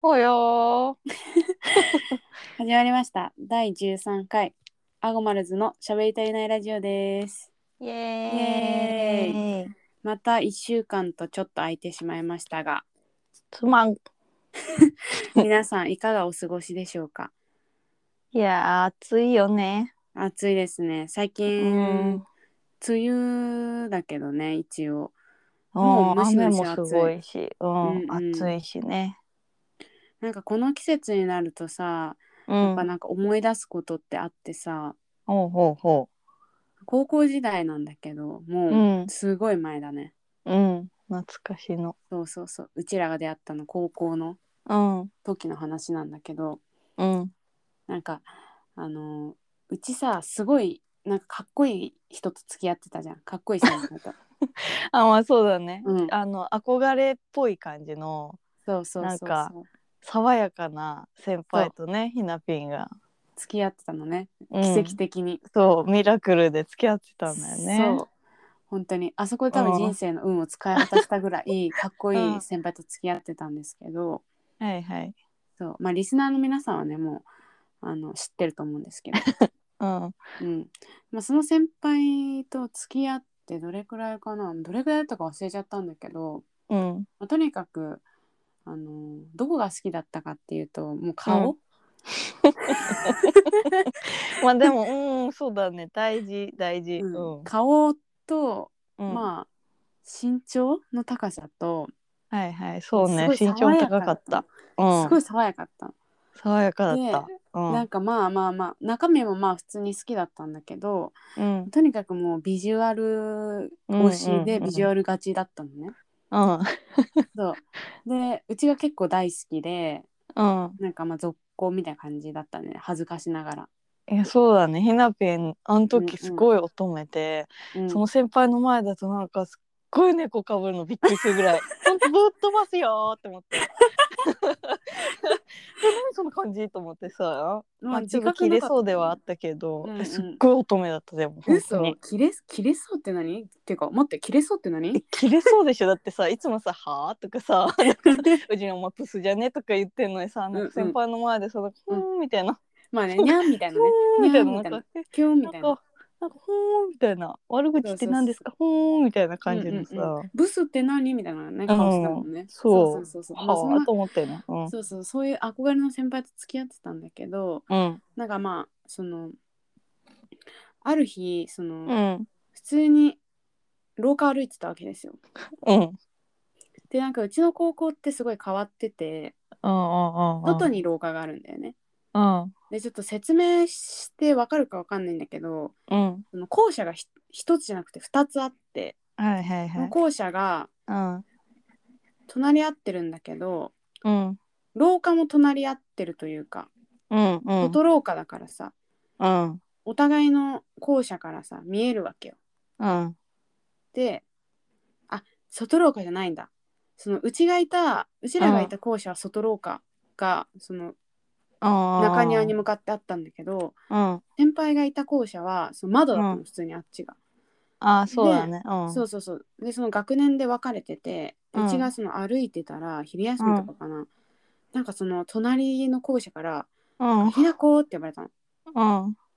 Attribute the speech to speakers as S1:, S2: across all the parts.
S1: およー
S2: 始まりました第13回アゴマルズのしゃべり足りないラジオです
S1: イエ
S2: イ
S1: ーイ
S2: また1週間とちょっと空いてしまいまし たが
S1: すまん
S2: 皆さんいかがお過ごしでしょうか
S1: いやー暑いよね
S2: 暑いですね最近梅雨だけどね一応
S1: もう
S2: もうムシ
S1: 雨
S2: ムシ
S1: もすごいしうん、
S2: うんうん
S1: 暑いしね
S2: なんかこの季節になるとさ
S1: う
S2: や
S1: ん
S2: っぱなんか思い出すことってあってさ
S1: ほうほうほ
S2: 高校時代なんだけど
S1: うう
S2: も
S1: ん
S2: うすごい前だね、
S1: うん懐かしの
S2: そうそうそううちらが出会ったの高校の
S1: うん
S2: 時の話なんだけど、
S1: うん
S2: なんかあのうちさすごいなんかかっこいい人と付き合ってたじゃんかっこいい先 輩と
S1: あまあそうだね、
S2: うん
S1: あの憧れっぽい感じの
S2: そうそうそうそう
S1: なんか爽やかな先輩とねひなぴんが、
S2: 付き合ってたのね
S1: うん
S2: 奇跡的に、
S1: そうミラクルで付き合ってたんだよね
S2: そう本当にあそこで多分人生の運を使い果たしたぐら いかっこいい先輩と付き合ってたんですけど、
S1: はいはい
S2: そうまあリスナーの皆さんはねもうあの知ってると思うんで すけど、
S1: うん
S2: うんまあ、その先輩と付き合ってどれくらいかなどれくらいだったか忘れちゃったんだけど、
S1: うん
S2: まあとにかくあのどこが好きだったかっていうともう顔、
S1: まあでもうんそうだね大事大事
S2: うん
S1: うん、
S2: 顔と、
S1: うん
S2: まあ身長の高さと
S1: はいはいそうね
S2: すご
S1: 身
S2: い
S1: 長
S2: 爽
S1: も
S2: や
S1: 高かった
S2: のすご
S1: うん
S2: い爽やかだったの、
S1: 爽やかだったうん
S2: なんかまあまあまあ中身もまあ普通に好きだったんだけど
S1: うん
S2: とにかくもうビジュアル推し
S1: うんうんう
S2: で
S1: ん
S2: ビジュアル勝ちだったのね、
S1: うん
S2: そうでうちが結構大好きで
S1: うん
S2: なんかまあ続行みたいな感じだったね恥ずかしながら、
S1: いやそうだねひなぴんあの時すごい乙女で、
S2: うん
S1: その先輩の前だとなんかすっごい猫かぶるのびっくりするぐ らい「ほんとぶっ飛ばすよ」って思って え何その感じと思ってさ、
S2: ま
S1: ま
S2: あ
S1: あ、ちょっ
S2: 自
S1: と
S2: 覚
S1: 切
S2: な
S1: れ
S2: かった
S1: そうではあったけど、
S2: うんうん
S1: すっごい乙女だったでも本当
S2: 嘘
S1: に
S2: 切れ切れそうって何っていうか待って切れそうって
S1: え
S2: 何
S1: 切れそうでしょだ ってさいつもさ「はあ?」とか さ「うちのマップスじゃね?」とか言ってんのにさなんか先輩の前でさ「なんかふーん」みたいな
S2: まあねにゃんみた
S1: 「
S2: い
S1: ふ
S2: なね
S1: ーん」みたいななんか「え
S2: きょんみ
S1: な
S2: た
S1: ん
S2: いな
S1: か、なんか、ほーんみたいな、悪口って何ですか、ほーんみたいな感じのさ。
S2: うんうんブスって何みたいなね顔してたもんね、
S1: うんそう
S2: そうそうそうまあそん
S1: は
S2: な
S1: あ、と思ってんの。うん。
S2: そうそうそういう憧れの先輩と付き合ってたんだけど
S1: うん。
S2: なんかまあそのある日その、
S1: うん。
S2: 普通に廊下歩いてたわけですよ
S1: うん。うん。
S2: でなんかうちの高校ってすごい変わってて
S1: うん。
S2: 外
S1: に。
S2: に廊下があるんだよね
S1: うん。
S2: でちょっと説明してわかるかわかんないんだけど
S1: うん。
S2: その校舎がひ一つじゃなくて二つあって、
S1: はいはい
S2: そ
S1: は
S2: の
S1: い。
S2: 校舎が
S1: うん。
S2: 隣り合ってるんだけど
S1: うん。
S2: 廊下も隣り合ってるというか
S1: うん。うん。
S2: 外廊下だからさ、
S1: うん。
S2: お互いの校舎からさ見えるわけよ。
S1: うん。
S2: であ外廊下じゃないんだそのうちがいたうちらがいた校舎は外廊下がその中庭に向かってあったんだけど
S1: うん。あ
S2: 先輩がいた校舎はその窓だったの普通にあっちが。
S1: あ、そうだね。うん。
S2: そうそうそうでその学年で分かれてて
S1: うん
S2: うちがその歩いてたら昼休みとかかな、なんかその隣の校舎から
S1: うん。
S2: 「ひなこ」って呼ばれたの
S1: うん。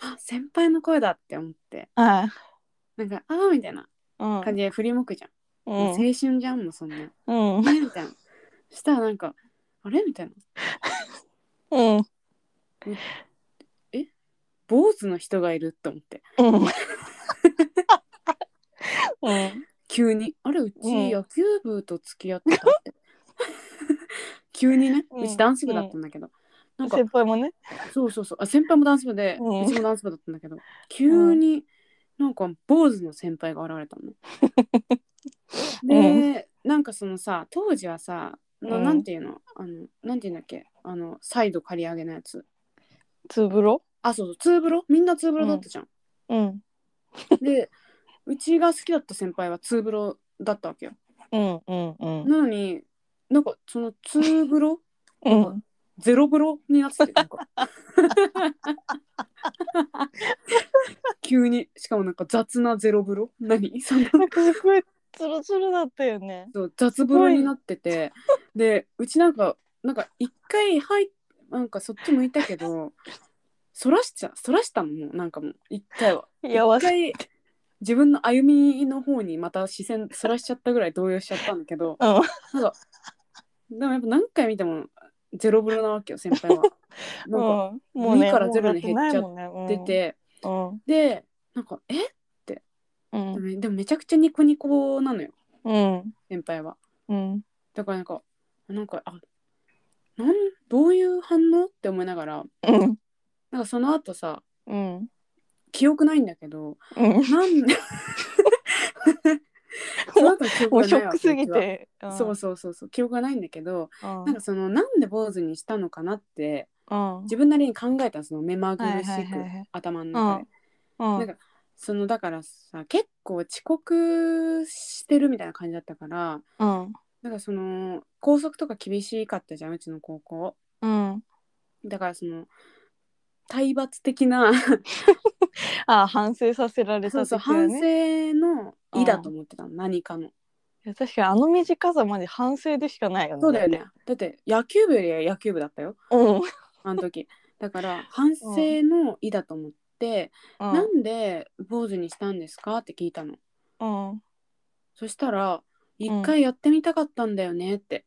S2: あ先輩の声だって思って
S1: はい。
S2: なんか「ああ」みたいな
S1: うん。
S2: 感じで振り向くじゃん、
S1: う
S2: もうん青。春じゃんもうそんな「
S1: うん。
S2: えみたいな そしたらなんか「あれ?」みたいな
S1: うん。
S2: 坊主の人がいるって思って
S1: うん。うん。
S2: 急に「あれうち
S1: うん
S2: 野球部と付き合って た」って 急にね
S1: うん
S2: うちダンス部だったんだけど、なんか
S1: 先輩もね。
S2: そうそうそうあ先輩もダンス部で、
S1: う
S2: うんちもダンス部だったんだけど急になんか坊主の先輩が現れ たのね。で、なんかそのさ当時はさな
S1: うん
S2: なんていうのあのなんていうんだっけあのサイド刈り上げのやつ
S1: つぶろ。
S2: あそうそうツーブロみんなツーブロだったじゃん。
S1: うん。
S2: でうちが好きだった先輩はツーブロだったわけよ。
S1: うん。うん。うん。
S2: なのになんかそのツーブロ
S1: うん。
S2: ゼロブロになっててな んか急にしかもなんか雑なゼロブロ何そんな
S1: なんかすごいツルツルだったよね。
S2: そう雑ブロになっててでうちなんかなんか一回はいなんかそっち向いたけどそらしちゃそらしたのもうなんかもう一回はい
S1: やわ
S2: 一回自分の歩みの方にまた視線そらしちゃったぐらい動揺しちゃったんだけど
S1: うん
S2: なんかでもやっぱ何回見てもゼロブロなわけよ先 輩は。なんか
S1: うん、もうね
S2: 2から0に減っちゃ
S1: っ
S2: 出、て、
S1: うん
S2: でなんか「え
S1: うん
S2: でもでもめちゃくちゃニコニコなのよ
S1: うん
S2: 先輩は。
S1: うん
S2: だからなんかなんかあなんどういう反応って思いながら
S1: うん
S2: なんかその後さ
S1: うん
S2: 記憶ないんだけど
S1: うん
S2: なん その後記憶
S1: も
S2: が
S1: うショ
S2: ない
S1: ッ
S2: わ
S1: ク
S2: け
S1: すぎ、て、
S2: うちはそうそうそうそう記憶がないんだけど、
S1: うん、
S2: なんかそのなんで坊主にしたのかなって
S1: うん
S2: 自分なりに考えたその目まぐるしく、
S1: はいはいはいはい
S2: 頭の中で、
S1: うん
S2: なんかそのだからさ結構遅刻してるみたいな感じだったから
S1: うん
S2: なんかその校則とか厳しかったじゃんうちの高校
S1: うん
S2: だからその体罰的な
S1: あ反省させられ
S2: そ
S1: た
S2: う
S1: 時
S2: そ
S1: は
S2: う
S1: ね
S2: 反省の「意」だと思ってたの何かの
S1: いや確かにあの短さまで反省でしかないよね
S2: そうだよねだって野球部よりは野球部だったよ
S1: うん、
S2: あの時だから反省の「意」だと思って、
S1: う
S2: なんんで坊主にしたんですかって聞いたの
S1: うん
S2: そしたら「一回やってみたかったんだよね」って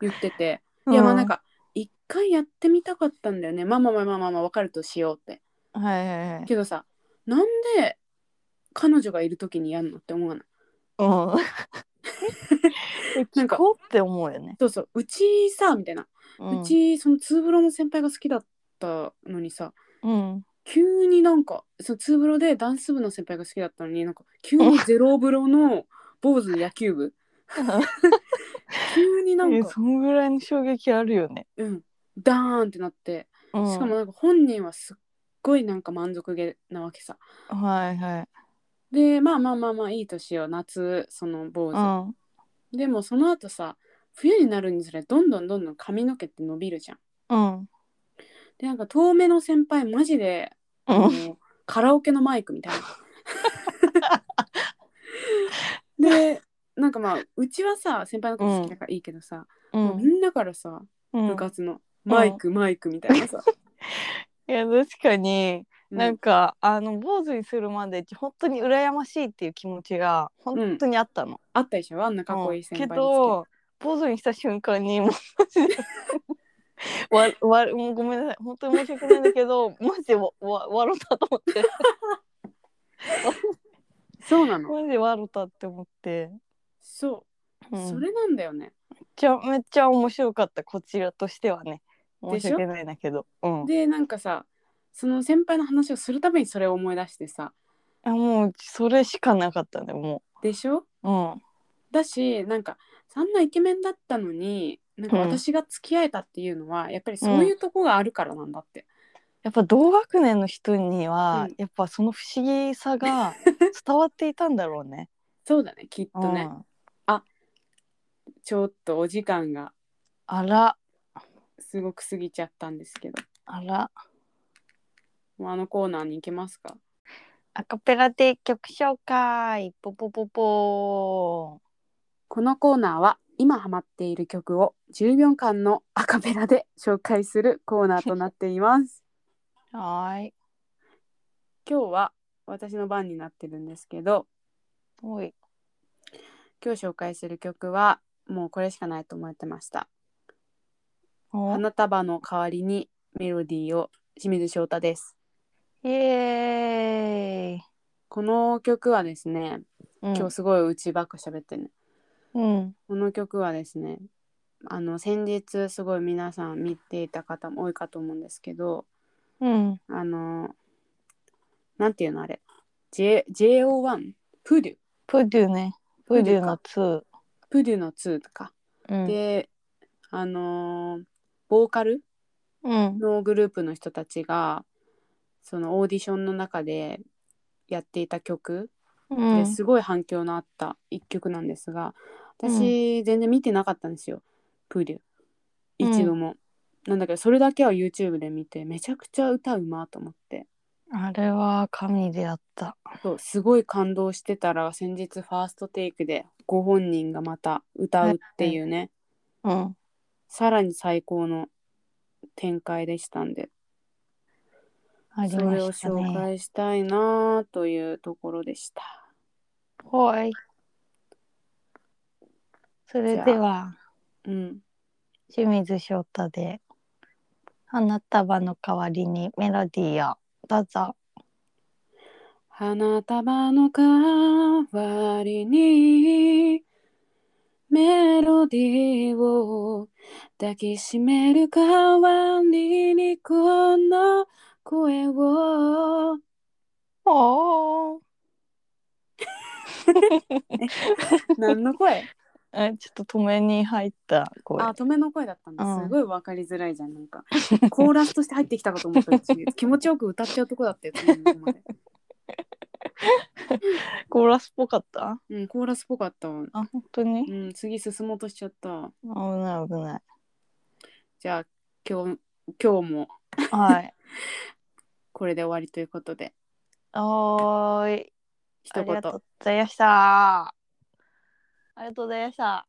S2: 言ってて、いやまあなんか「一回やってみたかったんだよねまあまあまあまあまあまあ分かるとしよう」って
S1: うんはいはいはい
S2: けどさなんで彼女がいる時にやるのって思わない
S1: うんえ
S2: なんか
S1: 聞こうって思うよね、
S2: そうそううちさみたいな、
S1: う、
S2: うんちそのツーブロの先輩が好きだったのにさ
S1: うん
S2: 急になんかそのツーブロでダンス部の先輩が好きだったのになんか急にゼロブロの坊主の野球部急になん
S1: え
S2: か
S1: そのぐらいの衝撃あるよね、
S2: うんダーンってなって
S1: うん、
S2: しかもなんか本人はすっごいなんか満足げなわけさ
S1: はいはい
S2: でまあまあまあまあいい年よ夏その坊
S1: う
S2: 主、
S1: ん
S2: でもその後さ冬になるにつれどんどんどんどん髪の毛って伸びるじゃん
S1: うん
S2: でなんか遠目の先輩マジで、
S1: う
S2: あ
S1: ん
S2: のカラオケのマイクみたいなでなんかまあうちはさ先輩のこと好きだからいいけどさ、
S1: う
S2: もうんみんなからさ
S1: うん
S2: 部活の、マイクマイクみたいなさ、
S1: いや確かに、
S2: う ん
S1: なんかあの坊主にするまで本当に羨ましいっていう気持ちが本当にあったの。
S2: あったでしょあんなかっこいい先輩
S1: うんけ
S2: につけて
S1: ど坊主にした瞬間 にもうマジでわわもうごめんなさい本当に申し訳ないんだけど マジでわわ笑ったと思って
S2: そうなの。
S1: マジで笑ったって思って、
S2: そう、
S1: うん
S2: それなんだよね。
S1: めっちゃめっちゃ面白かったこちらとしてはね申し訳ないんだけど、うん、
S2: でなんかさその先輩の話をするためにそれを思い出してさ
S1: あもうそれしかなかったねも
S2: でしょ
S1: う。うん
S2: だしなんかあんなイケメンだったのになんか
S1: うん
S2: 私が付き合えたっていうのは、やっぱりそういうとこがあるからなんだって。
S1: やっぱ同学年の人には、
S2: うん
S1: やっぱその不思議さ が伝わっていたんだろうね。
S2: そうだねきっ と
S1: う
S2: ね、
S1: ん
S2: ちょっとお時間が
S1: あら
S2: すごく過ぎちゃったんですけど
S1: あら
S2: もうあのコーナーに行けますか
S1: アカペラで曲紹介ポポポポ
S2: このコーナーは今ハマっている曲を10秒間のアカペラで紹介するコーナーとなっています。
S1: ーはーい
S2: 今日は私の番になってるんですけど
S1: おい
S2: 今日紹介する曲はもうこれしかないと思ってました
S1: お
S2: 花束の代わりにメロディーを清水翔太です
S1: イエーイ、
S2: この曲はですね
S1: うん、
S2: 今日すごい内ばっか喋ってるね、
S1: うん
S2: この曲はですねあの先日すごい皆さん見ていた方も多いかと思うんですけど
S1: うん
S2: あのなんていうのあれ、J、JO1 プデュ
S1: プデュねプデュの2
S2: プデュの2とか、
S1: うん
S2: であのーボーカル
S1: うん
S2: のグループの人たちがそのオーディションの中でやっていた曲
S1: うん
S2: ですごい反響のあった一曲なんですが、私全然見てなかったんですよプーリュ
S1: うん
S2: 一度も、なんだけどそれだけは YouTube で見てめちゃくちゃ歌うまと思って
S1: あれは神であった
S2: そうすごい感動してたら先日ファーストテイクでご本人がまた歌うっていうね、
S1: うん
S2: さらに最高の展開でしたんで、
S1: あり
S2: そ
S1: ま
S2: れを
S1: した
S2: 紹
S1: ね
S2: 介したいなあというところでした。
S1: はいそれでは
S2: うん、
S1: 清水翔太で花束の代わりにメロディーをどうぞ
S2: 花束の代わりにメロディーを抱きしめる代わりにこの声を
S1: おお
S2: 何の声
S1: えちょっと止めに入った声
S2: あ止めの声だったんだ、
S1: うん
S2: すごい分かりづらいじゃんなんかコーラスとして入ってきたかと思ったよ私気持ちよく歌っちゃうとこだったよ次のとこまで
S1: コーラスっぽかった
S2: うんコーラスっぽかったわ
S1: あ本当に
S2: うん次進もうとしちゃった
S1: 危ない危ない
S2: じゃあ今日今日も
S1: はい
S2: これで終わりということで
S1: おーい
S2: 一
S1: ありが
S2: 言
S1: とうございましたありがとうございました